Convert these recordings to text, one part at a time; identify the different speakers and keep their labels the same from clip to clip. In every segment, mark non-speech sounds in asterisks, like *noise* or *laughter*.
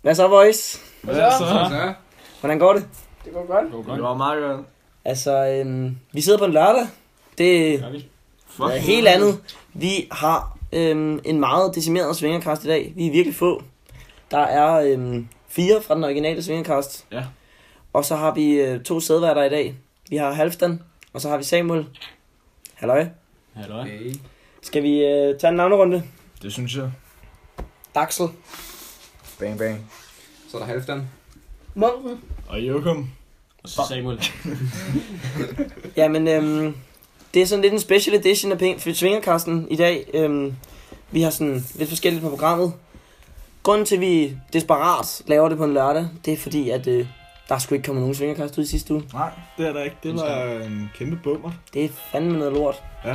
Speaker 1: Hvad så, boys?
Speaker 2: Hvad så?
Speaker 3: Så,
Speaker 1: Hvordan går det?
Speaker 2: Det går godt.
Speaker 3: det var
Speaker 4: Det
Speaker 3: godt.
Speaker 4: var meget godt.
Speaker 1: Altså, øhm, vi sidder på en lørdag. Det
Speaker 4: Ja, vi.
Speaker 1: er
Speaker 4: Fuck.
Speaker 1: helt andet. Vi har øhm, en meget decimeret svingerkast i dag. Vi er virkelig få. Der er øhm, fire fra den originale svingerkast.
Speaker 4: Ja.
Speaker 1: Og så har vi øh, to sædværter i dag. Vi har Halfdan, og så har vi Samuel. Halløj.
Speaker 4: Halløj.
Speaker 3: Hey.
Speaker 1: Skal vi øh, tage en navnerunde?
Speaker 4: Det synes jeg.
Speaker 1: Daxel.
Speaker 5: Bang, bang.
Speaker 3: Så er der Halfdan.
Speaker 2: Munken.
Speaker 4: Og Jokum. Og så
Speaker 1: Fuck.
Speaker 4: Samuel.
Speaker 1: Jamen, øhm, det er sådan lidt en special edition af Pink Svingerkasten i dag. Øhm, vi har sådan lidt forskelligt på programmet. Grunden til, at vi desperat laver det på en lørdag, det er fordi, at øh, der skulle ikke komme nogen svingerkast ud i sidste uge.
Speaker 4: Nej.
Speaker 6: Det er der ikke. Det var en kæmpe bummer.
Speaker 1: Det er fandme noget lort.
Speaker 6: Ja.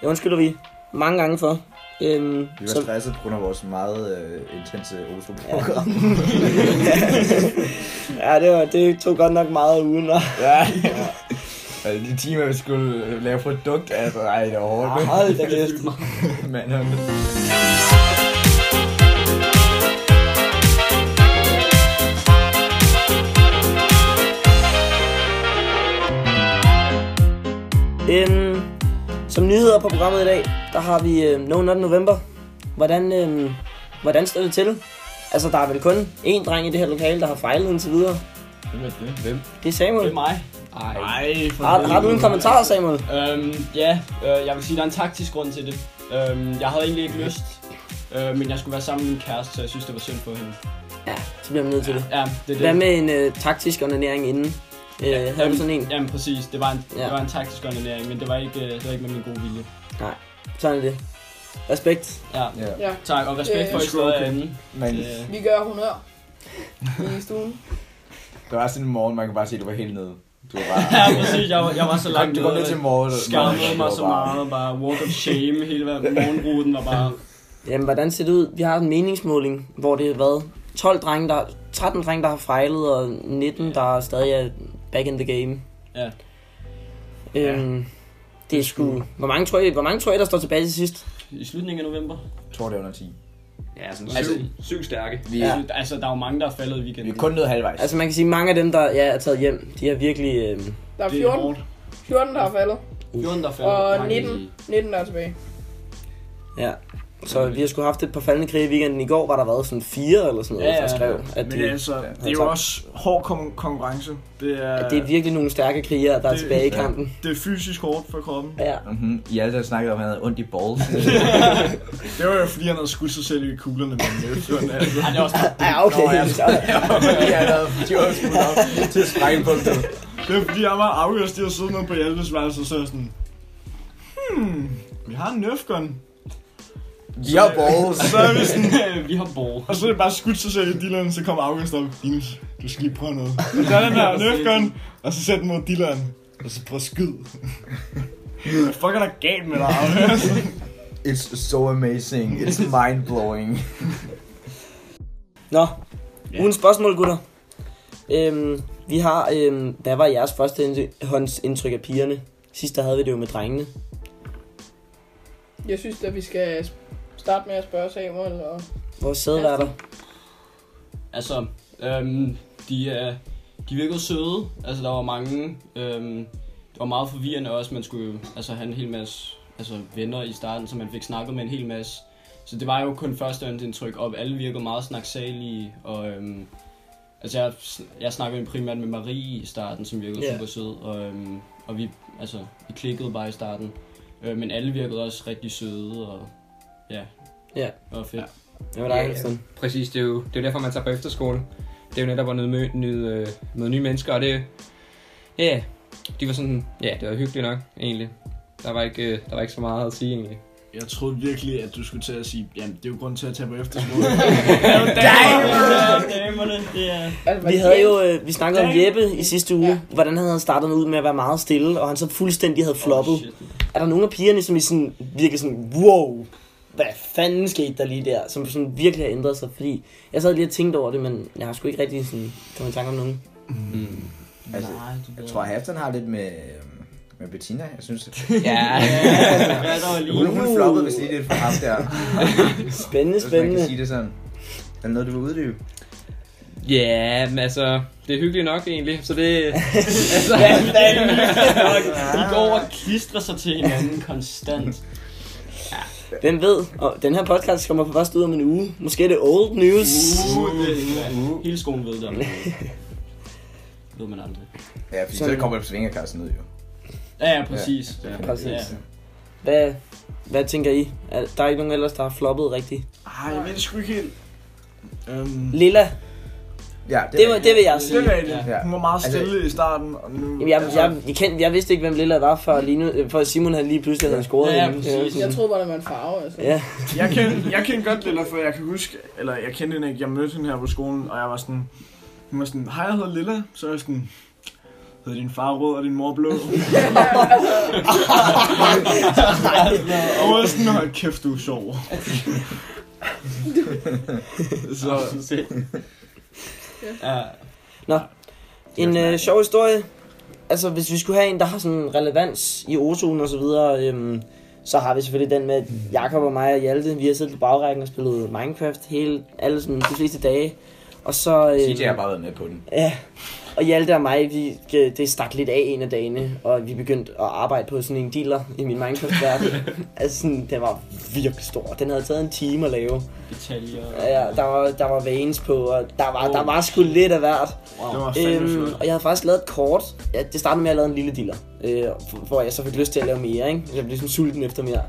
Speaker 1: Det undskylder vi mange gange for. Øhm,
Speaker 5: Vi var
Speaker 1: så,
Speaker 5: stresset på grund af vores meget øh, intense Oslo-program.
Speaker 1: *laughs* ja, det, var, det tog godt nok meget ugen. Og,
Speaker 5: Ja. ja. *laughs* Altså, de timer, vi skulle øh, lave produkt, altså, ej, det var hårdt. øh,
Speaker 1: Ah, hold da kæft.
Speaker 5: *laughs* Mand,
Speaker 1: Øhm, som nyheder på programmet i dag, der har vi øh, No Not November. Hvordan, øh, hvordan står det til? Altså, der er vel kun én dreng i det her lokale, der har fejlet indtil videre.
Speaker 4: Hvem er det? Hvem?
Speaker 1: Det er Samuel.
Speaker 2: Det er mig.
Speaker 3: Ej.
Speaker 4: Nej, for
Speaker 1: Har, har du en kommentar, Samuel?
Speaker 2: Øhm, ja, øh, jeg vil sige, der er en taktisk grund til det. Øhm, jeg havde egentlig ikke lyst, øh, men jeg skulle være sammen med min kæreste, så jeg synes, det var synd for hende.
Speaker 1: Ja, så bliver man nødt til det.
Speaker 2: Ja, det er det.
Speaker 1: Hvad med en øh, taktisk onanering inden? Øh, havde du sådan en?
Speaker 2: Jamen præcis, det var en, ja.
Speaker 1: Ja.
Speaker 2: det var en taktisk ordinering, men det var, ikke, øh, det var ikke med min gode vilje.
Speaker 1: Sådan er det. Respekt.
Speaker 2: Ja,
Speaker 5: Ja.
Speaker 7: Ja,
Speaker 2: tak, og respekt
Speaker 7: Øh,
Speaker 2: for, at I stadig er inde.
Speaker 5: Men
Speaker 2: Øh, *laughs*
Speaker 7: vi gør honør i stuen.
Speaker 5: det var sådan en morgen, man kan bare se, at du var helt nede. Du var bare...
Speaker 2: Ja, præcis, jeg var, jeg var så
Speaker 5: Du
Speaker 2: langt
Speaker 5: kom- Du kom ned til morgen.
Speaker 2: skammede mig så meget, bare walk of shame, hele hver morgenruten var bare...
Speaker 1: Jamen, hvordan ser det ud? Vi har en meningsmåling, hvor det har været 12 drenge, der, 13 drenge, der har fejlet, og 19, der stadig er back in the game.
Speaker 2: Ja.
Speaker 1: Øhm, Det er sgu... Hvor mange, tror I, hvor mange tror I, der står tilbage til sidst?
Speaker 2: I slutningen af november.
Speaker 5: Jeg tror, det var under 10.
Speaker 3: Ja, sådan
Speaker 2: Altså-
Speaker 3: syv, syv stærke.
Speaker 5: Vi,
Speaker 2: Ja.
Speaker 5: ja.
Speaker 2: Altså, der er jo mange, der er faldet i
Speaker 5: vi
Speaker 2: weekenden.
Speaker 5: er kun nået halvvejs.
Speaker 1: Altså, man kan sige, at mange af dem, der ja, er taget hjem, de har virkelig... Øhm,
Speaker 7: Der er
Speaker 2: Det er
Speaker 7: 14,
Speaker 2: hårdt.
Speaker 7: 14 der er faldet,
Speaker 2: 14, der er faldet.
Speaker 7: og
Speaker 2: Mange-
Speaker 7: 19, 19 der er tilbage.
Speaker 1: ja. Så vi har sgu haft et par faldende krige i weekenden. I går var der været sådan fire eller sådan noget,
Speaker 2: Ja,
Speaker 1: ja,
Speaker 2: ja,
Speaker 1: der skrev, at
Speaker 4: Men
Speaker 1: det,
Speaker 4: altså, det er
Speaker 1: tak.
Speaker 4: jo også hård kon- konkurrence. Det er,
Speaker 1: at det er virkelig nogle stærke kriger, der er
Speaker 4: Det-
Speaker 1: tilbage i
Speaker 5: ja.
Speaker 1: kampen.
Speaker 4: det er fysisk hårdt for kroppen.
Speaker 1: Ja.
Speaker 5: Mhm. I alle der snakkede om, at han havde ondt i *laughs* balls.
Speaker 4: Det var jo fordi, han havde skudt sig selv i kuglerne med en løftørn. Altså.
Speaker 2: Ej, det er også
Speaker 1: Ja, okay. *laughs*
Speaker 5: Nå, ja.
Speaker 1: Så-
Speaker 5: Fordi han havde 20 år skudt op til sprængpunktet.
Speaker 4: Det var fordi, jeg var afgørst til at sidde nede på Hjaltes værelse, og så er jeg sådan... Hmm, vi har en nerfgun.
Speaker 5: Vi har balls.
Speaker 4: Så er vi sådan...
Speaker 2: det. *laughs* Vi har ball.
Speaker 4: Og så er det bare skudt sig selv i dilleren, så kommer August op. Linus, du skal lige prøve noget. Så tager
Speaker 2: *laughs*
Speaker 4: den her nerfgun, og så sætter den mod dilleren. Og så prøv at skyde. Hvad fuck er der galt med dig, August?
Speaker 5: It's so amazing. It's mind-blowing.
Speaker 1: Nå, yeah. ugens spørgsmål, gutter. Øhm, vi har, øhm, hvad var jeres første ind- hånds indtryk af pigerne? Sidst der havde vi det jo med drengene.
Speaker 7: Jeg synes, at vi skal starte med at spørge Samuel, og
Speaker 1: Vores sædværter.
Speaker 2: Altså, øhm, de, øh, de virkede søde. Altså, der var mange... Øhm, det var meget forvirrende også. Man skulle jo altså, have en hel masse altså, venner i starten, så man fik snakket med en hel masse. Så det var jo kun førstehåndsindtryk, og alle virkede meget snaksalige, og øhm, altså jeg, jeg snakkede jo primært med Marie i starten, som virkede
Speaker 1: Ja.
Speaker 2: yeah. super sød, og, øhm, og vi, altså, vi klikkede bare i starten. Øh, men alle virkede også rigtig søde, og ja,
Speaker 1: Ja.
Speaker 2: det var fedt.
Speaker 1: Hvad var der,
Speaker 3: Ja, ja.
Speaker 1: yeah.
Speaker 3: Præcis, det er, jo, det er jo derfor, man tager på efterskole. Det er jo netop at nyde, mø- nyde, øh, møde nye mennesker, og det... Ja, yeah, de var sådan... Ja, det var hyggeligt nok, egentlig. Der var ikke, øh, der var ikke så meget at sige, egentlig.
Speaker 4: Jeg troede virkelig, at du skulle til at sige, jamen det er jo grund til at tage på efterskole.
Speaker 2: Damerne, det er...
Speaker 7: altså,
Speaker 1: Vi havde jo, øh, vi snakkede om Jeppe i sidste uge,
Speaker 7: Ja.
Speaker 1: ja. hvordan han havde startet ud med at være meget stille, og han så fuldstændig havde floppet. Oh, er der nogle af pigerne, som I sådan, virkelig sådan, wow, hvad fanden skete der lige der, som sådan virkelig har ændret sig? Fordi jeg sad lige og tænkte over det, men jeg har sgu ikke rigtig sådan, kommet i tanke om nogen.
Speaker 3: Mm.
Speaker 5: Altså,
Speaker 2: Nej, du
Speaker 5: Jeg tror, Halfdan har lidt med, øhm, med Bettina, jeg *laughs* synes.
Speaker 3: Ja,
Speaker 2: Ja, der var lige...
Speaker 5: Hun, hun floppede vist lige lidt for ham der.
Speaker 1: Spændende,
Speaker 5: Hvis man kan
Speaker 1: spændende.
Speaker 5: sige det sådan. Er det noget, du vil uddybe?
Speaker 3: Ja, men altså, det er hyggeligt nok egentlig, så det... altså,
Speaker 2: De går og klistrer sig til hinanden konstant.
Speaker 1: Den ved, og den her podcast kommer på først ud om en uge. Måske er det old news.
Speaker 2: Uh, Hele skolen ved det. om det. ved man aldrig.
Speaker 5: Ja, fordi
Speaker 1: Sådan.
Speaker 5: så kommer det på svingerkassen ud, jo.
Speaker 2: Ja, ja, præcis. Ja,
Speaker 1: Præcis.
Speaker 2: Ja.
Speaker 1: Hvad, hvad tænker I? Er, der er ikke nogen ellers, der har floppet rigtigt.
Speaker 6: Ej, jeg ved det sgu ikke helt. Øhm,
Speaker 1: Lilla,
Speaker 5: Ja,
Speaker 1: det, må, det vil jeg sige.
Speaker 6: det er rigtigt.
Speaker 5: Ja.
Speaker 6: Hun var meget
Speaker 5: Altså-
Speaker 6: stille i starten, og nu... altså,
Speaker 1: Jamen, jeg, jeg, jeg, kendte, jeg vidste ikke, hvem Lilla var, før, lige nu, øh, før Simon han lige pludselig havde scoret.
Speaker 2: Ja, ja,
Speaker 1: hende. Det var
Speaker 2: præcis.
Speaker 1: sådan-
Speaker 7: Jeg troede bare, det var en farve. Altså.
Speaker 1: Ja.
Speaker 6: Jeg kendte, jeg kendte godt Lilla, for jeg kan huske, eller jeg kendte hende ikke, jeg mødte hende her på skolen, og jeg var sådan, hun var sådan, hej, jeg hedder Lilla, så er jeg sådan, hedder din far rød og din mor blå? og hun var sådan, hold kæft, du er sjov. så,
Speaker 2: Ja.
Speaker 1: En øh, sjov historie. Altså, hvis vi skulle have en, der har sådan relevans i ozonen og så videre, øhm, så har vi selvfølgelig den med, at Jakob og mig og Hjalte, vi har siddet i bagrækken og spillet Minecraft hele, alle sådan, de fleste dage. Og så... øhm,
Speaker 5: CJ har bare været med på den.
Speaker 1: Ja, og Hjalte og mig, vi, det stak lidt af en af dagene, og vi begyndte at arbejde på sådan en dealer i min
Speaker 2: *laughs*
Speaker 1: Minecraft-verden. altså sådan, den var virkelig stor. Den havde taget en time at lave.
Speaker 2: Detaljer.
Speaker 1: Ja, der var, der var vanes på, og der var, der var sgu lidt af hvert.
Speaker 6: det var fandme
Speaker 1: Øhm,
Speaker 6: flot.
Speaker 1: og jeg havde faktisk lavet et kort. Ja, det startede med, at jeg lavede en lille dealer, øh, hvor jeg så fik lyst til at lave mere, ikke? Jeg blev ligesom sulten efter mere.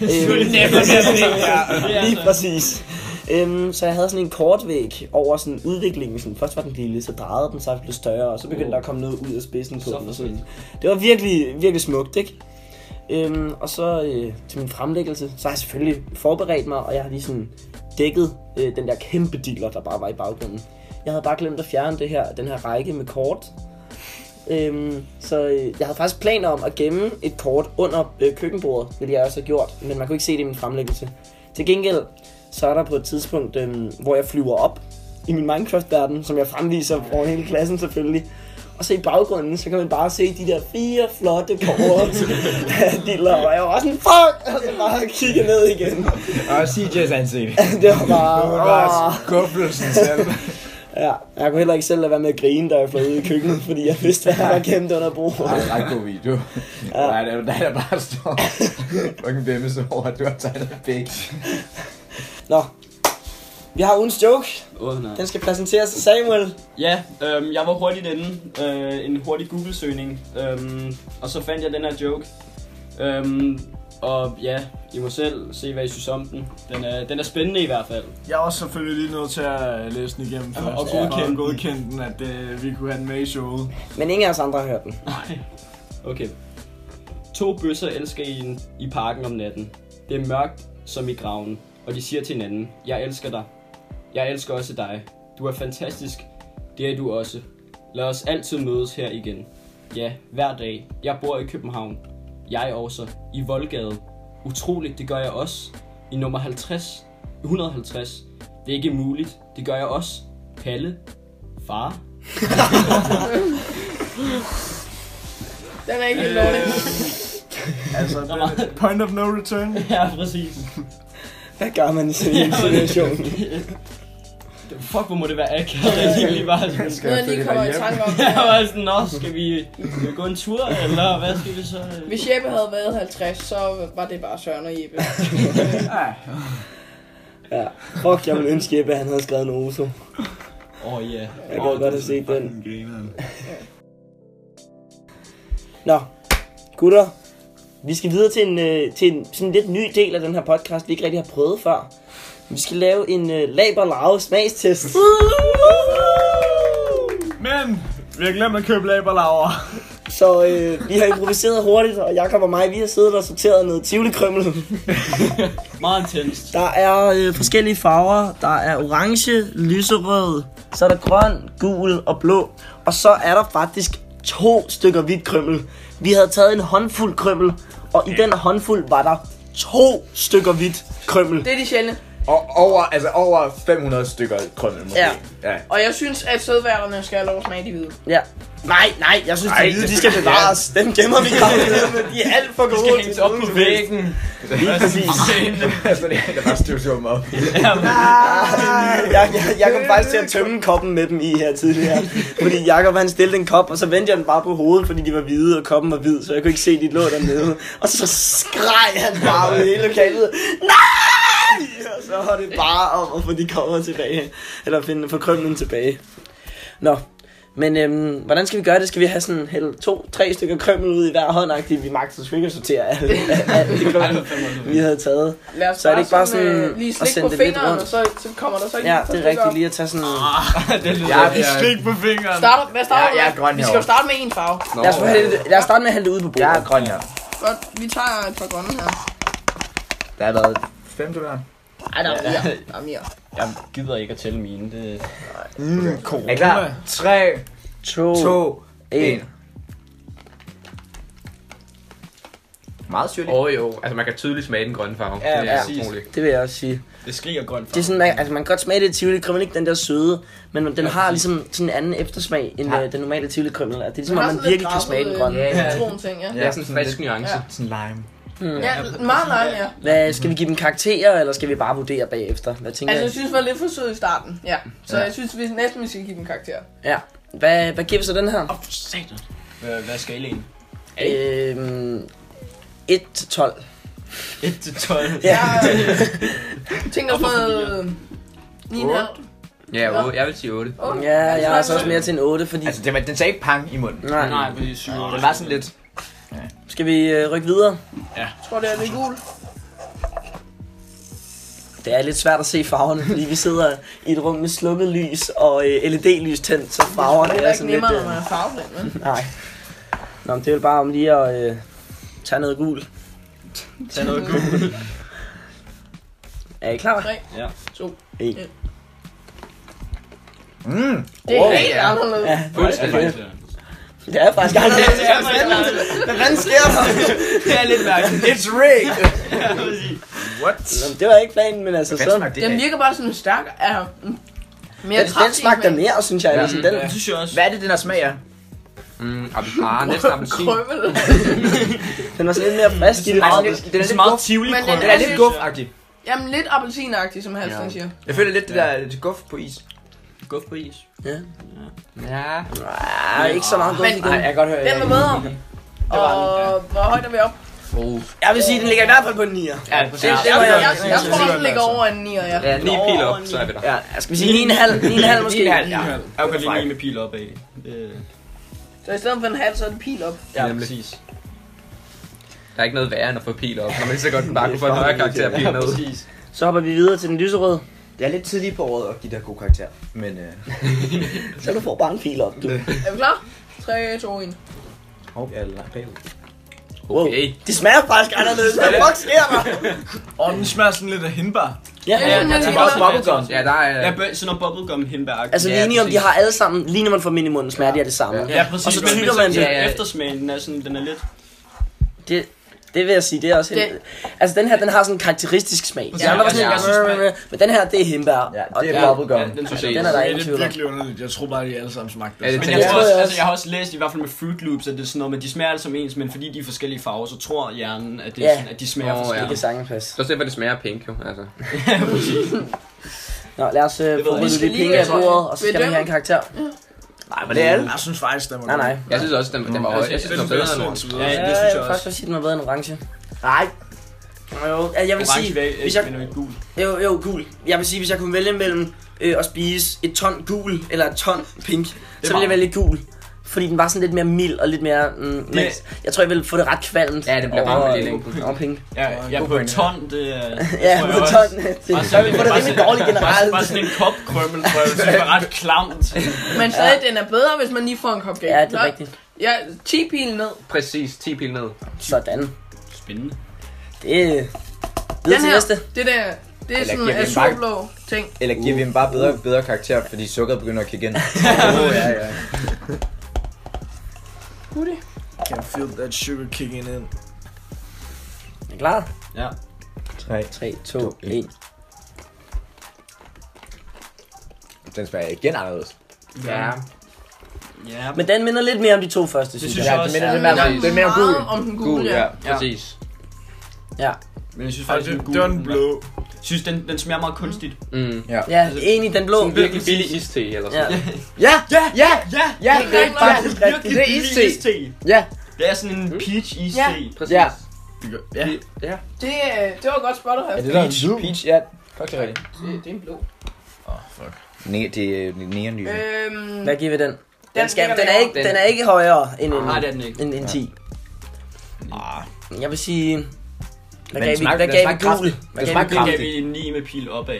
Speaker 1: Øhm, *laughs* Lige præcis. Øhm, så jeg havde sådan en kortvæg over sådan udviklingen. Sådan, først var den lille, så drejede den sig og blev større, og så begyndte
Speaker 2: Wow.
Speaker 1: der at komme noget ud af spidsen på
Speaker 2: Så
Speaker 1: den. og
Speaker 2: for
Speaker 1: Sådan. Det var virkelig, virkelig smukt, ikke? Øhm, og så øh, til min fremlæggelse, så har jeg selvfølgelig forberedt mig, og jeg har lige sådan dækket øh, den der kæmpe dealer, der bare var i baggrunden. Jeg havde bare glemt at fjerne det her, den her række med kort. Øhm, så øh, jeg havde faktisk planer om at gemme et kort under øh, køkkenbordet, hvilket jeg også har gjort, men man kunne ikke se det i min fremlæggelse. Til gengæld, så er der på et tidspunkt, øhm, hvor jeg flyver op i min Minecraft-verden, som jeg fremviser over hele klassen selvfølgelig. Og så i baggrunden, så kan man bare se de der fire flotte
Speaker 5: *laughs*
Speaker 1: kort. de laver, og jeg var sådan, fuck! Og så bare kigge ned igen.
Speaker 5: Og CJ's ansigt.
Speaker 1: det var bare...
Speaker 5: Det var
Speaker 1: åh.
Speaker 5: skuffelsen *laughs* selv.
Speaker 1: Ja, jeg kunne heller ikke selv lade være med at grine, da jeg fløj ud i køkkenet, fordi jeg vidste, hvad jeg var gemt under bordet.
Speaker 5: Ej, det er en ret god video. Nej, det er der, der bare står fucking vemmes over, at du har tegnet en pik.
Speaker 1: Nå, vi har ugens joke.
Speaker 2: Åh, nej.
Speaker 1: Den skal præsenteres af Samuel.
Speaker 2: Ja, øhm, jeg var hurtigt inde. Øh, en hurtig Google-søgning. Øhm, og så fandt jeg den her joke. Øhm, og ja, I må selv se, hvad I synes om den. Den er, den er spændende i hvert fald.
Speaker 6: jeg er også selvfølgelig lige nødt til at øh, læse den igennem først,
Speaker 2: og godkende den.
Speaker 6: og godkende den, at øh, vi kunne have den med i showet.
Speaker 1: Men ingen af os andre har hørt den.
Speaker 2: Nej. Okay. To bøsser elsker i, en- i parken om natten. Det er mørkt som i graven, og de siger til hinanden, jeg elsker dig. Jeg elsker også dig. Du er fantastisk. Det er du også. Lad os altid mødes her igen. Ja, hver dag. Jeg bor i København. Jeg også. I Voldgade. Utroligt, det gør jeg også. I nummer 50. 150. Det er ikke muligt. Det gør jeg også. Palle. Far.
Speaker 7: Den er ikke helt lovlig.
Speaker 2: Øh,
Speaker 6: Altså, det, point of no return.
Speaker 2: *laughs* Ja, præcis.
Speaker 1: Hvad gør man i
Speaker 5: *laughs*
Speaker 1: sådan en situation?
Speaker 2: Fuck, hvor må det være akavet, at de lige bare *laughs* sådan...
Speaker 5: Skal
Speaker 7: Nu er
Speaker 5: jeg
Speaker 7: jeg
Speaker 5: følge
Speaker 7: lige
Speaker 5: dig
Speaker 7: kommer i
Speaker 5: hjem?
Speaker 7: tanke om
Speaker 2: Jeg
Speaker 7: det.
Speaker 2: var sådan, nå, skal vi, skal vi gå en tur, eller hvad skal vi så...
Speaker 7: Hvis Jeppe havde været 50, så var det bare Søren og Jeppe.
Speaker 1: Ja. Fuck, jeg ville ønske, Jeppe, han havde skrevet en oso.
Speaker 2: Åh, oh, ja.
Speaker 1: Jeg kan godt have set den.
Speaker 6: Grineren.
Speaker 1: Nå, gutter. Vi skal videre til en, øh, til en sådan lidt ny del af den her podcast, vi ikke rigtig har prøvet før. Vi skal lave en øh, laber larve smagstest.
Speaker 6: Men, vi har glemt at købe laberlaver.
Speaker 1: Så øh, vi har improviseret hurtigt, og Jakob og mig, vi har siddet og sorteret noget tivoli krømmel.
Speaker 2: Meget intenst.
Speaker 1: Der er øh, forskellige farver. Der er orange, lyserød, så er der grøn, gul og blå. Og så er der faktisk to stykker hvidt krymmel. Vi havde taget en håndfuld krymmel, og i den håndfuld var der to stykker hvidt krymmel.
Speaker 7: Det er de sjældne.
Speaker 5: Og over, altså over 500 stykker krømmel, måske.
Speaker 7: Ja.
Speaker 5: ja. *laughs*
Speaker 7: Og jeg synes, at sødværterne skal have lov at smage de hvide.
Speaker 1: Ja. Nej, nej, jeg synes, de, hvide, de skal bevares. Dem gemmer *laughs* vi kraftedeme. De er alt for gode. De skal op på væggen. Lige præcis.
Speaker 5: altså, det er bare støvsuger mig op.
Speaker 1: Ah, Jeg, jeg, jeg kom faktisk til at tømme koppen med dem i her tidligere. Fordi Jakob han stillede en kop, og så vendte jeg den bare på hovedet, fordi de var hvide, og koppen var hvid, så jeg kunne ikke se, at de lå dernede. Og så skreg han bare ud i hele lokalet. Nej! Og så var det bare om at få de kopper tilbage. Eller finde, få krømlen tilbage. Nå, men øhm, hvordan skal vi gøre det? Skal vi have sådan hel to, tre stykker krømmel ud i hver hånd, agtigt? vi magtede svingersortere alle, alle de krømmel, vi havde taget.
Speaker 7: Lad os
Speaker 1: Så er det ikke bare sådan
Speaker 7: øh, lige
Speaker 1: at
Speaker 7: slikke
Speaker 1: sende
Speaker 7: på
Speaker 1: det lidt
Speaker 7: fingeren,
Speaker 1: rundt?
Speaker 7: og så, så kommer der så
Speaker 1: Ja,
Speaker 7: så
Speaker 1: det er
Speaker 7: stikker
Speaker 1: rigtigt
Speaker 7: op.
Speaker 1: lige at tage sådan...
Speaker 5: Jeg, jeg,
Speaker 6: Slik på fingeren.
Speaker 7: Starter, hvad starter
Speaker 5: Jeg- jeg er
Speaker 7: med?
Speaker 5: grøn
Speaker 7: Vi skal jo
Speaker 5: herovre.
Speaker 7: starte med en farve.
Speaker 5: Nå,
Speaker 1: Lad os, få hælde, det- lad os starte med at hælde det ud på bordet.
Speaker 5: jeg er grøn her.
Speaker 7: Godt, vi tager et par grønne her.
Speaker 5: Der har været femte værn.
Speaker 7: Ej, der er mere. Der er mere.
Speaker 2: Jeg gider ikke at tælle mine. Det...
Speaker 5: Er I klar? 3,
Speaker 1: To,
Speaker 5: 2, 1.
Speaker 1: en.
Speaker 5: Meget syrligt.
Speaker 3: Åh oh, jo, altså man kan tydeligt smage den grønne farve.
Speaker 1: Ja,
Speaker 3: det
Speaker 1: ja.
Speaker 3: er utroligt.
Speaker 1: Det vil jeg også sige.
Speaker 2: Det skriger grønt
Speaker 1: Det er sådan, man, altså, man kan godt smage det i tivoli krymmel, ikke den der søde, men den har ligesom sådan en anden eftersmag end ja. den normale tivoli krymmel. Det er ligesom,
Speaker 7: Den
Speaker 1: at
Speaker 7: har
Speaker 1: man
Speaker 7: sådan lidt
Speaker 1: virkelig kan smage den grønne.
Speaker 7: gravet, øh, citron ting, ja.
Speaker 3: Det er sådan en frisk nuance.
Speaker 7: Ja.
Speaker 5: Sådan lime.
Speaker 7: Ja, meget nej, ja.
Speaker 1: Hvad, skal vi give dem karakterer, eller skal vi bare vurdere bagefter? Hvad tænker altså,
Speaker 7: Altså, jeg synes, det var lidt for sød i starten. Ja, så jeg synes, vi næsten vi skal give dem karakter.
Speaker 1: Ja. Hvad, hvad giver vi så den her?
Speaker 2: Hvad, hvad skal en?
Speaker 1: Øhm, 1-12.
Speaker 2: 1 til 12.
Speaker 1: Ja.
Speaker 7: Jeg tænker på noget... 9,5.
Speaker 3: Ja, otte. jeg vil sige 8.
Speaker 7: Otte.
Speaker 1: *laughs* ja, jeg er altså også mere til en 8, fordi...
Speaker 5: Altså, det var, den sagde ikke pang i munden.
Speaker 7: Mm.
Speaker 1: Nej.
Speaker 2: Nej, fordi 7
Speaker 5: Den var sådan lidt...
Speaker 1: Skal vi øh, rykke videre?
Speaker 7: Jeg tror, det er lidt gul.
Speaker 1: Det er lidt svært at se farverne, fordi vi sidder i et rum med slukket lys og øh, LED-lys tændt, så farverne
Speaker 7: Det
Speaker 1: er,
Speaker 7: er ikke
Speaker 1: sådan lidt...
Speaker 7: nemmere, når
Speaker 1: Øh,
Speaker 7: man er farveblind, vel?
Speaker 1: nej. Nå, men det er vel bare om lige at øh, tage noget gul.
Speaker 2: Tag noget gul.
Speaker 1: Er I klar?
Speaker 7: Tre,
Speaker 2: Ja.
Speaker 7: to,
Speaker 1: En.
Speaker 7: et.
Speaker 5: Mm.
Speaker 7: Det er
Speaker 5: Wow.
Speaker 7: helt anderledes.
Speaker 1: Ja,
Speaker 2: Fuldstændig.
Speaker 1: det er faktisk anderledes. Hvad fanden sker der?
Speaker 2: Det er lidt mærkeligt.
Speaker 5: Altså, It's rigged! What?
Speaker 1: Nå, men det var ikke planen, men altså
Speaker 5: Hvad
Speaker 1: så...
Speaker 5: smagte det
Speaker 7: Den
Speaker 5: af?
Speaker 7: virker bare sådan stærk af... mm, Mere
Speaker 1: Den, den
Speaker 7: kraftig
Speaker 1: smagte
Speaker 7: smag.
Speaker 1: mere, synes jeg. Eller sådan, den,
Speaker 2: Det synes jeg også.
Speaker 5: Hvad er det, den har smag af?
Speaker 3: Mm, apel- ah, næsten appelsin.
Speaker 7: Krømmel.
Speaker 1: den var sådan lidt mere frisk i det.
Speaker 5: Ej, den, er- den er
Speaker 2: Det er
Speaker 5: lidt
Speaker 2: meget
Speaker 5: guf.
Speaker 1: øh,
Speaker 2: tivoli
Speaker 7: Men
Speaker 2: grønt.
Speaker 5: Den er lidt guf-agtig.
Speaker 7: Jamen lidt appelsinagtig, som halsen ja. siger.
Speaker 5: Jeg føler lidt det der lidt guf på is.
Speaker 2: Guf på is.
Speaker 3: Ja.
Speaker 1: Nej, ikke så meget gul
Speaker 7: Men-
Speaker 1: igen.
Speaker 5: jeg kan godt høre...
Speaker 7: Den var bedre.
Speaker 1: Øh, Det var den,
Speaker 7: Og hvor højt er vi oppe?
Speaker 3: Oh.
Speaker 1: Jeg vil sige, den ligger i hvert fald på en 9'er.
Speaker 5: Ja,
Speaker 1: Det, det
Speaker 7: Jeg,
Speaker 1: var
Speaker 7: jeg,
Speaker 1: jeg.
Speaker 7: jeg, jeg tror også, den ligger
Speaker 5: altså.
Speaker 7: over en 9'er, ja.
Speaker 3: Ja, ni pil op, så er vi der.
Speaker 5: Ja,
Speaker 1: Skal vi sige 9,5? 9,5 måske?
Speaker 5: måske. Ja,
Speaker 2: Jeg
Speaker 5: okay,
Speaker 2: kan lige
Speaker 5: fine.
Speaker 2: med pil op af. Øh,
Speaker 7: Så i stedet for en halv, så er det pil op.
Speaker 2: Ja,
Speaker 3: Nemlig.
Speaker 2: præcis.
Speaker 3: Der er ikke noget værre end at få pil op, når man lige så godt bare kunne få en højere karakter af pilen *laughs* ud.
Speaker 2: Præcis.
Speaker 1: Så hopper vi videre til den lyserøde.
Speaker 5: Det er lidt tidligt på året at give dig god karakter. Men øh,
Speaker 1: Så du får bare en fil op, du.
Speaker 7: Er vi klar? 3, 2, 1.
Speaker 5: hov, jeg er langt bagud.
Speaker 1: Wow.
Speaker 3: Okay.
Speaker 1: Det smager faktisk anderledes. Hvad fuck sker der?
Speaker 6: Og den smager sådan lidt af hindbær.
Speaker 1: Ja,
Speaker 7: Ja, ja,
Speaker 5: Det er også bubblegum.
Speaker 3: Ja, der er...
Speaker 2: Ja, bø- sådan noget bubblegum hindbær.
Speaker 1: Altså, vi er
Speaker 3: Ja,
Speaker 1: enige om, de
Speaker 3: præcis.
Speaker 1: har alle sammen, lige når man får dem ind i munden, smager de af det samme.
Speaker 2: Ja, præcis.
Speaker 1: Og så
Speaker 2: Men
Speaker 1: tykker
Speaker 2: så-
Speaker 1: man det.
Speaker 2: ja, ja. Eftersmagen, den er sådan, den er lidt...
Speaker 1: Det, det vil jeg sige, det er også
Speaker 7: Det-
Speaker 1: helt... Altså, den her, den har sådan en karakteristisk smag. De andre var sådan
Speaker 2: Ja,
Speaker 1: en... Men den her, det er hembær.
Speaker 5: Ja,
Speaker 1: Og
Speaker 5: det er
Speaker 1: den-
Speaker 5: bubblegum.
Speaker 2: den synes jeg
Speaker 1: Den er der
Speaker 6: Det
Speaker 1: ingen
Speaker 6: er
Speaker 1: tvivl om.
Speaker 6: virkelig underligt. Jeg tror bare, de alle sammen smagte
Speaker 3: Ja, det
Speaker 6: det.
Speaker 2: Men
Speaker 3: tænker
Speaker 2: jeg,
Speaker 1: Ja.
Speaker 2: tror også,
Speaker 1: Ja.
Speaker 2: altså, jeg har også læst, i hvert fald med Fruit Loops, at det er sådan noget, men de smager alle sammen ens, men fordi de er forskellige farver, så tror hjernen, at, det er
Speaker 1: Ja.
Speaker 2: sådan, at de smager oh,
Speaker 3: Åh, ja.
Speaker 2: forskelligt.
Speaker 1: Det kan sagtens passe.
Speaker 3: Så ser det smager af pink jo, altså.
Speaker 1: Nå, lad os øh, få
Speaker 2: jeg
Speaker 1: ryddet
Speaker 7: ikke.
Speaker 1: de penge af bordet, og så
Speaker 7: Vil
Speaker 1: skal vi
Speaker 7: du-
Speaker 1: have en karakter.
Speaker 5: Nej, men det er alle.
Speaker 6: Jeg synes faktisk, den var
Speaker 1: Nej, nej.
Speaker 3: Jeg synes også, den, den var høj. Jeg synes, den var bedre end orange.
Speaker 2: Ja,
Speaker 1: Ja,
Speaker 2: det
Speaker 1: jeg
Speaker 2: synes jeg
Speaker 1: vil faktisk
Speaker 2: også.
Speaker 1: også sige, den var bedre end orange.
Speaker 5: Nej.
Speaker 1: Jo, altså, jeg vil
Speaker 2: Orange
Speaker 1: sige,
Speaker 2: væg,
Speaker 1: hvis
Speaker 2: ikke,
Speaker 1: jeg,
Speaker 2: men jo ikke gul.
Speaker 1: jo, jo, gul. Jeg vil sige, hvis jeg kunne vælge mellem øh, at spise et ton gul eller et ton pink, så ville jeg
Speaker 2: meget.
Speaker 1: vælge gul. Fordi den var sådan lidt mere mild og lidt mere... Mm, mens- jeg tror, jeg ville få det ret kvalmt.
Speaker 3: Ja, det bliver
Speaker 1: over-
Speaker 3: varmt i længden.
Speaker 1: Over pink.
Speaker 2: Ja, ja, på en ton, det er...
Speaker 1: Ja, på ton. Så vi får det rimelig dårligt
Speaker 2: Bare,
Speaker 1: generelt.
Speaker 2: bare sådan en kopkrømmel, tror jeg, det var ret klamt.
Speaker 7: Men stadig, den er bedre, hvis man lige får en kop galt.
Speaker 1: Ja, det er rigtigt.
Speaker 7: Ja, 10 pil ned.
Speaker 3: Præcis, 10 pil ned.
Speaker 1: Sådan.
Speaker 2: Spændende.
Speaker 1: Det er... Videre
Speaker 7: Den
Speaker 1: til
Speaker 7: her,
Speaker 1: næste.
Speaker 7: det der, det er
Speaker 5: Eller
Speaker 7: sådan
Speaker 5: giver
Speaker 7: en
Speaker 5: vi en bank?
Speaker 7: azurblå ting.
Speaker 5: Eller giver vi dem bare bedre, bedre karakter, fordi sukkeret begynder at kigge ind. oh, ja, ja.
Speaker 6: Can feel that sugar kicking in.
Speaker 1: Er I klar?
Speaker 2: Ja.
Speaker 5: 3.
Speaker 1: 3, 2, 1.
Speaker 5: den smager igen anderledes.
Speaker 3: Ja.
Speaker 2: Ja,
Speaker 1: Men den minder lidt mere om de to første, synes
Speaker 2: synes
Speaker 1: jeg.
Speaker 5: Ja,
Speaker 2: jeg
Speaker 5: den
Speaker 2: også,
Speaker 5: minder
Speaker 2: ja.
Speaker 5: lidt mere, om- den er mere gul.
Speaker 7: Meget om den gule,
Speaker 3: Gul, ja.
Speaker 7: ja.
Speaker 3: Præcis.
Speaker 2: men jeg synes
Speaker 6: Ej,
Speaker 2: faktisk, den
Speaker 6: det,
Speaker 2: gule-
Speaker 6: det var den blå.
Speaker 2: Jeg synes, den, den smager meget kunstigt.
Speaker 3: Mm.
Speaker 1: Ja, enig, den blå.
Speaker 3: Sådan virkelig billig iste eller
Speaker 1: Ja.
Speaker 3: sådan noget.
Speaker 5: Ja, ja, ja,
Speaker 2: Ja,
Speaker 5: ja,
Speaker 7: det
Speaker 5: det
Speaker 7: er
Speaker 5: er
Speaker 7: faktisk
Speaker 5: faktisk
Speaker 1: rigtigt.
Speaker 5: Det er iste. Ja,
Speaker 2: Det er sådan
Speaker 1: Mm.
Speaker 2: en peach iste.
Speaker 7: Ja.
Speaker 3: Præcis.
Speaker 5: Ja.
Speaker 2: ja.
Speaker 7: Det, øh, det var godt spottet her.
Speaker 5: er det der en hvid? Peach, ja. Fuck, det er rigtigt.
Speaker 7: Det, det er en blå.
Speaker 5: Ne, det er neonlys.
Speaker 7: Øhm,
Speaker 1: Hvad giver vi den? Den, skal,
Speaker 7: ligger
Speaker 1: den, er
Speaker 7: lavere.
Speaker 1: ikke, den er ikke højere end en,
Speaker 2: Nej, det er den ikke.
Speaker 1: end, end 10.
Speaker 5: Ah,
Speaker 1: Jeg vil sige... Hvad gav
Speaker 5: Men den
Speaker 1: vi,
Speaker 5: smagte-
Speaker 1: hvad
Speaker 5: den
Speaker 1: gav vi
Speaker 5: smagte
Speaker 1: gul?
Speaker 5: kraftigt.
Speaker 1: Hvad
Speaker 5: Den
Speaker 1: gav vi
Speaker 5: smagte
Speaker 1: gul?
Speaker 2: Det gav
Speaker 5: kraftigt.
Speaker 2: vi en 9 med pil opad.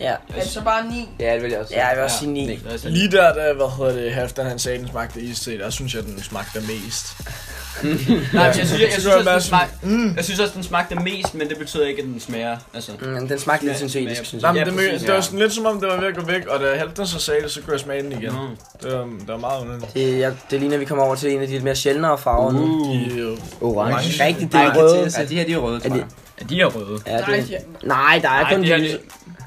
Speaker 1: Ja.
Speaker 7: Er det så bare 9?
Speaker 3: Ja, det vil jeg også
Speaker 1: ja,
Speaker 3: sige.
Speaker 1: jeg vil også sige 9.
Speaker 2: Det er sådan-
Speaker 6: Lige der, der hvad hedder det, Halfdan han sagde, den smagte iste, der synes jeg, den smagte mest.
Speaker 2: Nej, men jeg synes, jeg, jeg,
Speaker 6: Så
Speaker 2: synes,
Speaker 6: skulle
Speaker 2: også,
Speaker 6: jeg mm.
Speaker 2: den smag, jeg synes også, den smagte mest, men det betyder ikke, at den smager. Altså,
Speaker 1: Mm, den smagte lidt
Speaker 2: Ja,
Speaker 1: syntetisk,
Speaker 2: ja.
Speaker 1: synes
Speaker 6: Nej,
Speaker 1: jeg.
Speaker 6: men
Speaker 2: Ja,
Speaker 6: det,
Speaker 2: præcis,
Speaker 6: præcis, det var
Speaker 2: ja.
Speaker 6: sådan lidt som om, det var ved at gå væk, og da Halfdan så sagde det, så kunne jeg smage den igen.
Speaker 2: Nå.
Speaker 6: Det, var, det var meget underligt.
Speaker 1: Det, jeg, det ligner, at vi kommer over til en af de lidt mere sjældnere farver nu.
Speaker 5: Uh.
Speaker 6: Yeah.
Speaker 2: Øh,
Speaker 5: Orange.
Speaker 1: Rigtig det er røde.
Speaker 5: altså.
Speaker 3: Ja, de her, de er røde,
Speaker 1: Er
Speaker 3: tror
Speaker 1: det-
Speaker 3: jeg.
Speaker 2: Ja, de er
Speaker 1: *laughs*
Speaker 2: røde.
Speaker 1: Ja,
Speaker 7: Nej,
Speaker 1: det,
Speaker 7: ja.
Speaker 1: nej, der er
Speaker 2: Nej,
Speaker 1: kun
Speaker 2: det er
Speaker 1: lys.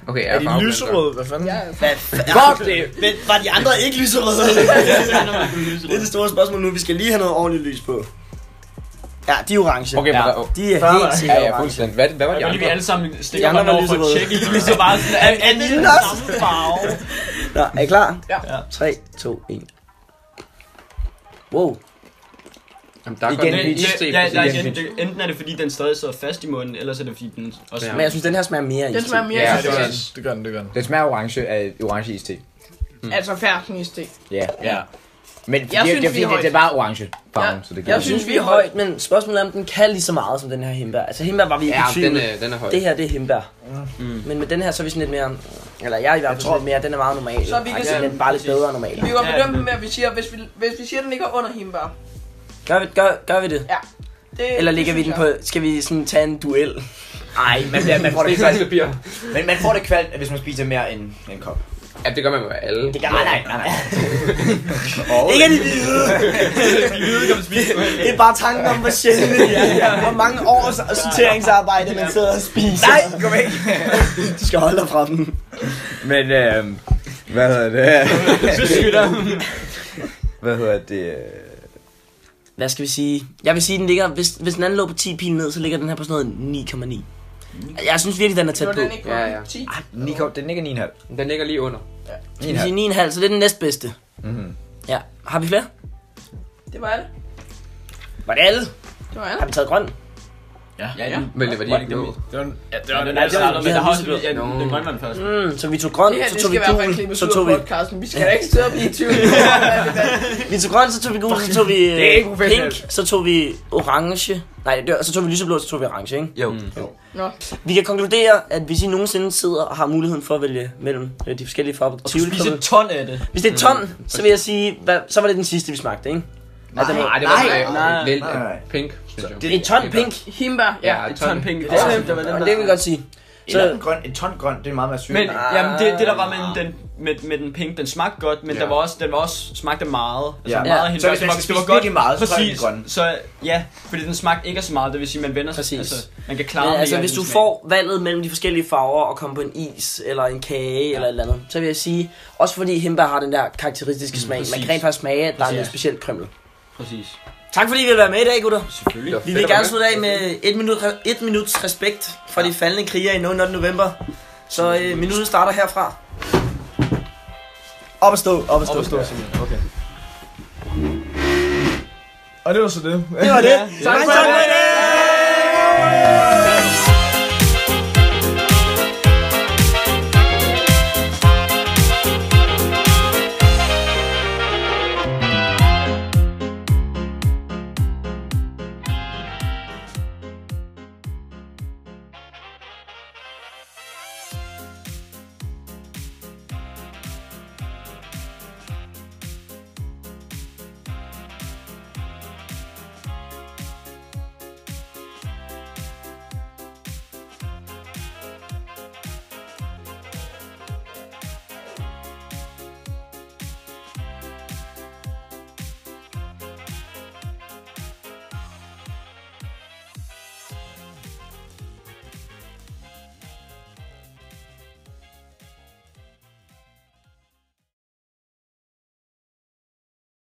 Speaker 3: Okay, jeg
Speaker 6: Er
Speaker 3: er,
Speaker 6: de
Speaker 3: farveblind,
Speaker 6: lyserøde? Hvad fanden?
Speaker 7: Ja,
Speaker 5: *laughs*
Speaker 1: Hvad *laughs*
Speaker 5: Fuck det!
Speaker 1: Men var de andre ikke
Speaker 5: *laughs*
Speaker 1: lyserøde? det er det store spørgsmål nu. Vi skal lige have noget ordentligt lys på. Ja, de er orange.
Speaker 3: Okay,
Speaker 1: ja.
Speaker 3: men der-
Speaker 1: De er
Speaker 5: Ja,
Speaker 1: helt
Speaker 5: ja,
Speaker 1: sikkert
Speaker 5: ja,
Speaker 1: orange.
Speaker 5: fuldstændig. Hvad, hvad var
Speaker 2: Jeg
Speaker 5: de
Speaker 2: vil lige, vi
Speaker 5: andre?
Speaker 2: alle sammen
Speaker 1: De
Speaker 2: stikker
Speaker 1: andre
Speaker 2: hånden
Speaker 1: var
Speaker 2: over for at
Speaker 1: lyserøde.
Speaker 2: tjekke, vi så bare sådan, er, er de
Speaker 1: den
Speaker 2: den
Speaker 1: også?
Speaker 2: samme farve?
Speaker 1: Nå, er I klar?
Speaker 7: Ja.
Speaker 1: 3, 2, 1. Wow.
Speaker 3: Jamen, der er
Speaker 1: Igen,
Speaker 3: igen,
Speaker 2: Det,
Speaker 3: en iste,
Speaker 2: det, ja,
Speaker 3: præcis.
Speaker 2: der, igen, det, enten er det, fordi den stadig sidder fast i munden, eller så er det, fordi den også...
Speaker 3: Ja.
Speaker 1: Men jeg synes, den her smager mere
Speaker 7: Den
Speaker 1: iste.
Speaker 7: smager mere
Speaker 3: Ja,
Speaker 7: ja,
Speaker 6: Ja, det
Speaker 7: iste.
Speaker 6: gør
Speaker 3: præcis.
Speaker 6: den, det gør den, det gør den.
Speaker 5: Den smager orange af orange iste.
Speaker 1: Mm.
Speaker 7: Altså færsen iste.
Speaker 5: Ja.
Speaker 6: Ja.
Speaker 5: Men det,
Speaker 7: synes,
Speaker 5: det, er
Speaker 7: vi
Speaker 5: fordi,
Speaker 7: er
Speaker 5: det, det er bare orange farven,
Speaker 7: Ja.
Speaker 5: så det
Speaker 1: Jeg synes, vi er højt, men spørgsmålet er, om den kan lige så meget som den her himbær. Altså, himbær var vi ikke
Speaker 3: Ja,
Speaker 1: i tvivl.
Speaker 3: den
Speaker 5: øh,
Speaker 3: er, den er høj.
Speaker 1: Det her, det er himbær. Mm. Men med den her, så er vi sådan lidt mere... Eller jeg er i hvert fald sådan lidt mere, den er meget normal.
Speaker 7: Så vi kan
Speaker 1: Altså,
Speaker 7: se-
Speaker 1: den er bare lidt bedre end normal.
Speaker 7: Vi går
Speaker 2: Ja,
Speaker 7: bedømme
Speaker 2: det-
Speaker 7: dem med, at vi siger, hvis vi, hvis vi siger, at den ligger under himbær.
Speaker 1: Gør vi, gør, gør vi det?
Speaker 7: Ja. Det,
Speaker 1: Eller
Speaker 7: det
Speaker 1: ligger vi den
Speaker 7: synes
Speaker 1: på...
Speaker 7: jeg.
Speaker 1: Skal vi sådan tage en duel?
Speaker 5: Nej, man, man, man får det
Speaker 3: Det
Speaker 1: *laughs*
Speaker 5: kvalt.
Speaker 3: er faktisk papir.
Speaker 5: Men man får det kvalt, hvis man spiser mere end en *laughs* kop.
Speaker 3: Ja, det gør man med alle.
Speaker 1: Det gør man
Speaker 5: nej, nej, nej. Og-
Speaker 1: Ikke at de hvide. det er bare tanken om, hvor sjældent de er. Hvor mange års sorteringsarbejde, man sidder og spiser. Nej, kom ikke. Du skal holde dig fra dem.
Speaker 5: Men øhm, hvad hedder
Speaker 1: *laughs*
Speaker 5: det? Så skylder *laughs* Hvad hedder det?
Speaker 1: Hvad skal vi sige? Jeg vil sige, den ligger... Hvis, hvis den anden lå på 10 pil ned, så ligger den her på sådan noget 9,9. Jeg synes virkelig, den er tæt
Speaker 7: Når
Speaker 1: på.
Speaker 7: den ikke på
Speaker 3: Ja, ja.
Speaker 7: 10.
Speaker 5: Nico, den ligger 9,5.
Speaker 3: Den ligger lige under.
Speaker 1: Skal vi sige 9,5, så det er den næstbedste.
Speaker 5: Mhm.
Speaker 1: Ja. Har vi flere?
Speaker 7: Det var alt.
Speaker 1: Var det alle?
Speaker 7: Det var alt.
Speaker 1: Har vi taget grøn?
Speaker 2: Ja, ja.
Speaker 3: Men det var de ikke nået.
Speaker 6: Det var en, ja, det
Speaker 2: Ja,
Speaker 6: var
Speaker 2: den
Speaker 6: en,
Speaker 2: er altså
Speaker 1: det-
Speaker 2: startet, men
Speaker 1: det
Speaker 2: der har
Speaker 1: har
Speaker 2: også
Speaker 1: vi
Speaker 2: lige... Ja,
Speaker 3: Nå.
Speaker 2: den grønne først.
Speaker 1: Mm, så vi tog grøn,
Speaker 7: Det her,
Speaker 1: så
Speaker 7: det
Speaker 1: tog
Speaker 7: skal
Speaker 1: vi
Speaker 7: i hvert fald
Speaker 1: gul,
Speaker 7: klippes
Speaker 1: så
Speaker 7: ud
Speaker 1: tog
Speaker 7: af
Speaker 1: vi...
Speaker 7: podcasten. Vi skal da ikke sidde og blive
Speaker 1: *laughs*
Speaker 7: i tvivl. om, hvad vi valgte.
Speaker 1: Vi tog grøn, så tog vi gul, så tog vi
Speaker 5: Det er ikke
Speaker 1: øh,
Speaker 5: professionelt.
Speaker 1: pink, så tog vi orange. Nej, det var, så tog vi lyseblå, så tog vi orange, ikke? Mm.
Speaker 5: Jo.
Speaker 7: Nå,
Speaker 1: Vi kan konkludere, at hvis I nogensinde sidder og har muligheden for at vælge mellem øh, de forskellige farver på Tivoli,
Speaker 2: Spise et ton af det.
Speaker 1: hvis det er ton, så vil jeg sige, hvad, så var det den sidste, vi smagte, ikke? Nej, det
Speaker 3: Nej, det var nej, vel
Speaker 5: nej.
Speaker 3: pink, synes jeg.
Speaker 5: Det
Speaker 1: En ton pink,
Speaker 7: himbær. Ja.
Speaker 3: Ja,
Speaker 2: Et
Speaker 3: ton
Speaker 2: ton penge.
Speaker 1: Ja, og det vil jeg godt sige.
Speaker 5: Eller
Speaker 1: Så, altså, Ah,
Speaker 5: en, grøn, en ton grøn, det er meget mere sygt.
Speaker 2: Men jamen, det, det der var med den, med, med den pink, den smagte godt, men
Speaker 5: Ja.
Speaker 2: der var også, den var også, smagte meget. Altså
Speaker 5: Ja.
Speaker 2: ja. meget
Speaker 1: Ja.
Speaker 2: hende,
Speaker 5: Så hvis man skal spise virkelig meget, så tager jeg den grønne.
Speaker 2: Så ja, fordi den smagte ikke så meget, det vil sige, man vender
Speaker 1: Præcis.
Speaker 2: sig, altså, man kan klare
Speaker 1: men
Speaker 2: mere
Speaker 1: altså,
Speaker 2: af
Speaker 1: hvis
Speaker 2: den
Speaker 1: du
Speaker 2: smag.
Speaker 1: får valget mellem de forskellige farver og komme på en is eller en kage eller et eller andet, så vil jeg sige, også fordi himbær har den der karakteristiske smag, man
Speaker 2: præcis.
Speaker 1: kan rent faktisk smage, at der er
Speaker 2: Præcis.
Speaker 1: noget specielt krymmel.
Speaker 2: Præcis,
Speaker 1: Tak fordi I ville være med i dag, gutter.
Speaker 2: selvfølgelig.
Speaker 1: Vi vil gerne slutte af med et, minut, et minuts respekt for de faldende krigere i 08. november. Så øh, minuttet starter herfra. Op at stå, op at stå. Op at stå.
Speaker 6: og det var så det. *laughs*
Speaker 1: Det var det. Tak for det.